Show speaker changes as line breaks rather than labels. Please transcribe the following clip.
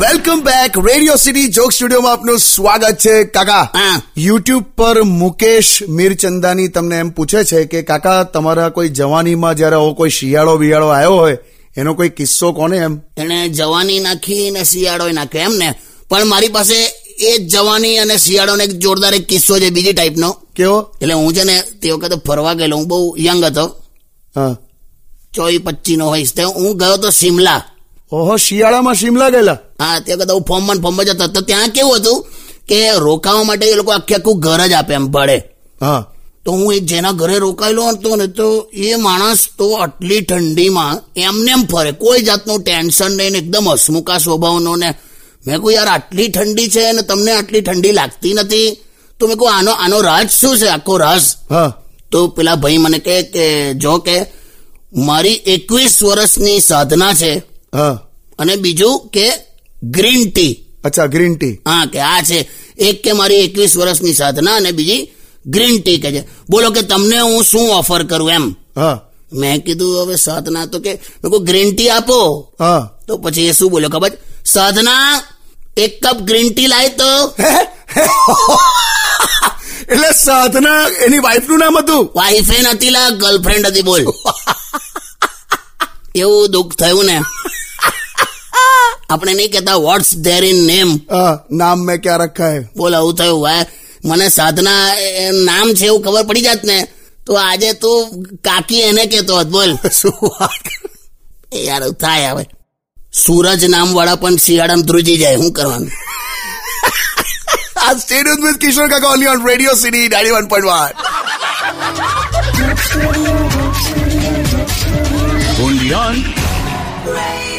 Welcome back Radio City joke સ્ટુડિયોમાં આપનું સ્વાગત છે કાકા
હા.
યુટ્યુબ પર મુકેશ મીરચંદાની તમને એમ પૂછે છે કે કાકા તમારા કોઈ જવાનીમાં જ્યારે આવો કોઈ શિયાળો બિયાળો આવ્યો હોય એનો કોઈ કિસ્સો કોને એમ
એણે જવાની નાખી ને શિયાળો નાખ્યો એમ ને પણ મારી પાસે એ જ જવાની અને શિયાળોને એક જોરદાર એક કિસ્સો છે બીજી ટાઈપનો
કેવો
એટલે હું છે ને તે વખતે ફરવા ગયેલો હું બહુ યંગ હતો
હા
ચોવીસ પચીસ નો હોઈશ તે હું ગયો તો શિમલા
ઓહો શિયાળામાં શિમલા ગયેલા
હા તે વખતે હું ફોર્મમાં ફોર્મ જ હતો તો ત્યાં કેવું હતું કે રોકાવા માટે એ લોકો આખે આખું ઘર જ આપે એમ ભાડે
હા
તો હું એક જેના ઘરે રોકાયેલો હતો ને તો એ માણસ તો આટલી ઠંડીમાં એમને એમ ફરે કોઈ જાતનું ટેન્શન નહીં ને એકદમ હસમુખા સ્વભાવનો ને મેં કહ્યું યાર આટલી ઠંડી છે ને તમને આટલી ઠંડી લાગતી નથી તો મેં કહ્યું આનો આનો રાજ શું છે આખો રાજ
હા
તો પેલા ભાઈ મને કહે કે જો કે મારી એકવીસ વર્ષની સાધના છે
હા
અને બીજું કે ગ્રીન ટી
અચ્છા ગ્રીન ટી
હા કે આ છે એક કે મારી એકવીસ વર્ષની સાધના અને બીજી ગ્રીન ટી કે છે બોલો કે તમને હું શું ઓફર કરું એમ
હા
મેં કીધું હવે સાધના તો કે મેં કહ્યું ગ્રીન ટી આપો
હા
તો પછી એ શું બોલ્યો ખબર સાધના એક કપ ગ્રીન ટી લાય તો
એટલે સાધના એની વાઈફનું નામ હતું
વાઈફે નથી લા ગર્લફ્રેન્ડ હતી બોલ એવું દુઃખ થયું ને આપણે નહીં કહેતા વોટ્સ ધેર ઇન નેમ
હા નામ મેં ક્યાં રખા હે
બોલ આવું થયું ભાઈ મને સાધના એ નામ છે એવું ખબર પડી જાત ને તો આજે તું કાકી એને કહેતો હોત બોલ
શું વાત કરે?
એ યાર આવું થાય હવે સૂરજ નામ વાળા પણ શિયાળામાં ધ્રુજી જાય શું કરવાનું
આ સ્ટેડિયમ વિથ કિશોર કાકા only on Radio City ninety one point one
only on
Radio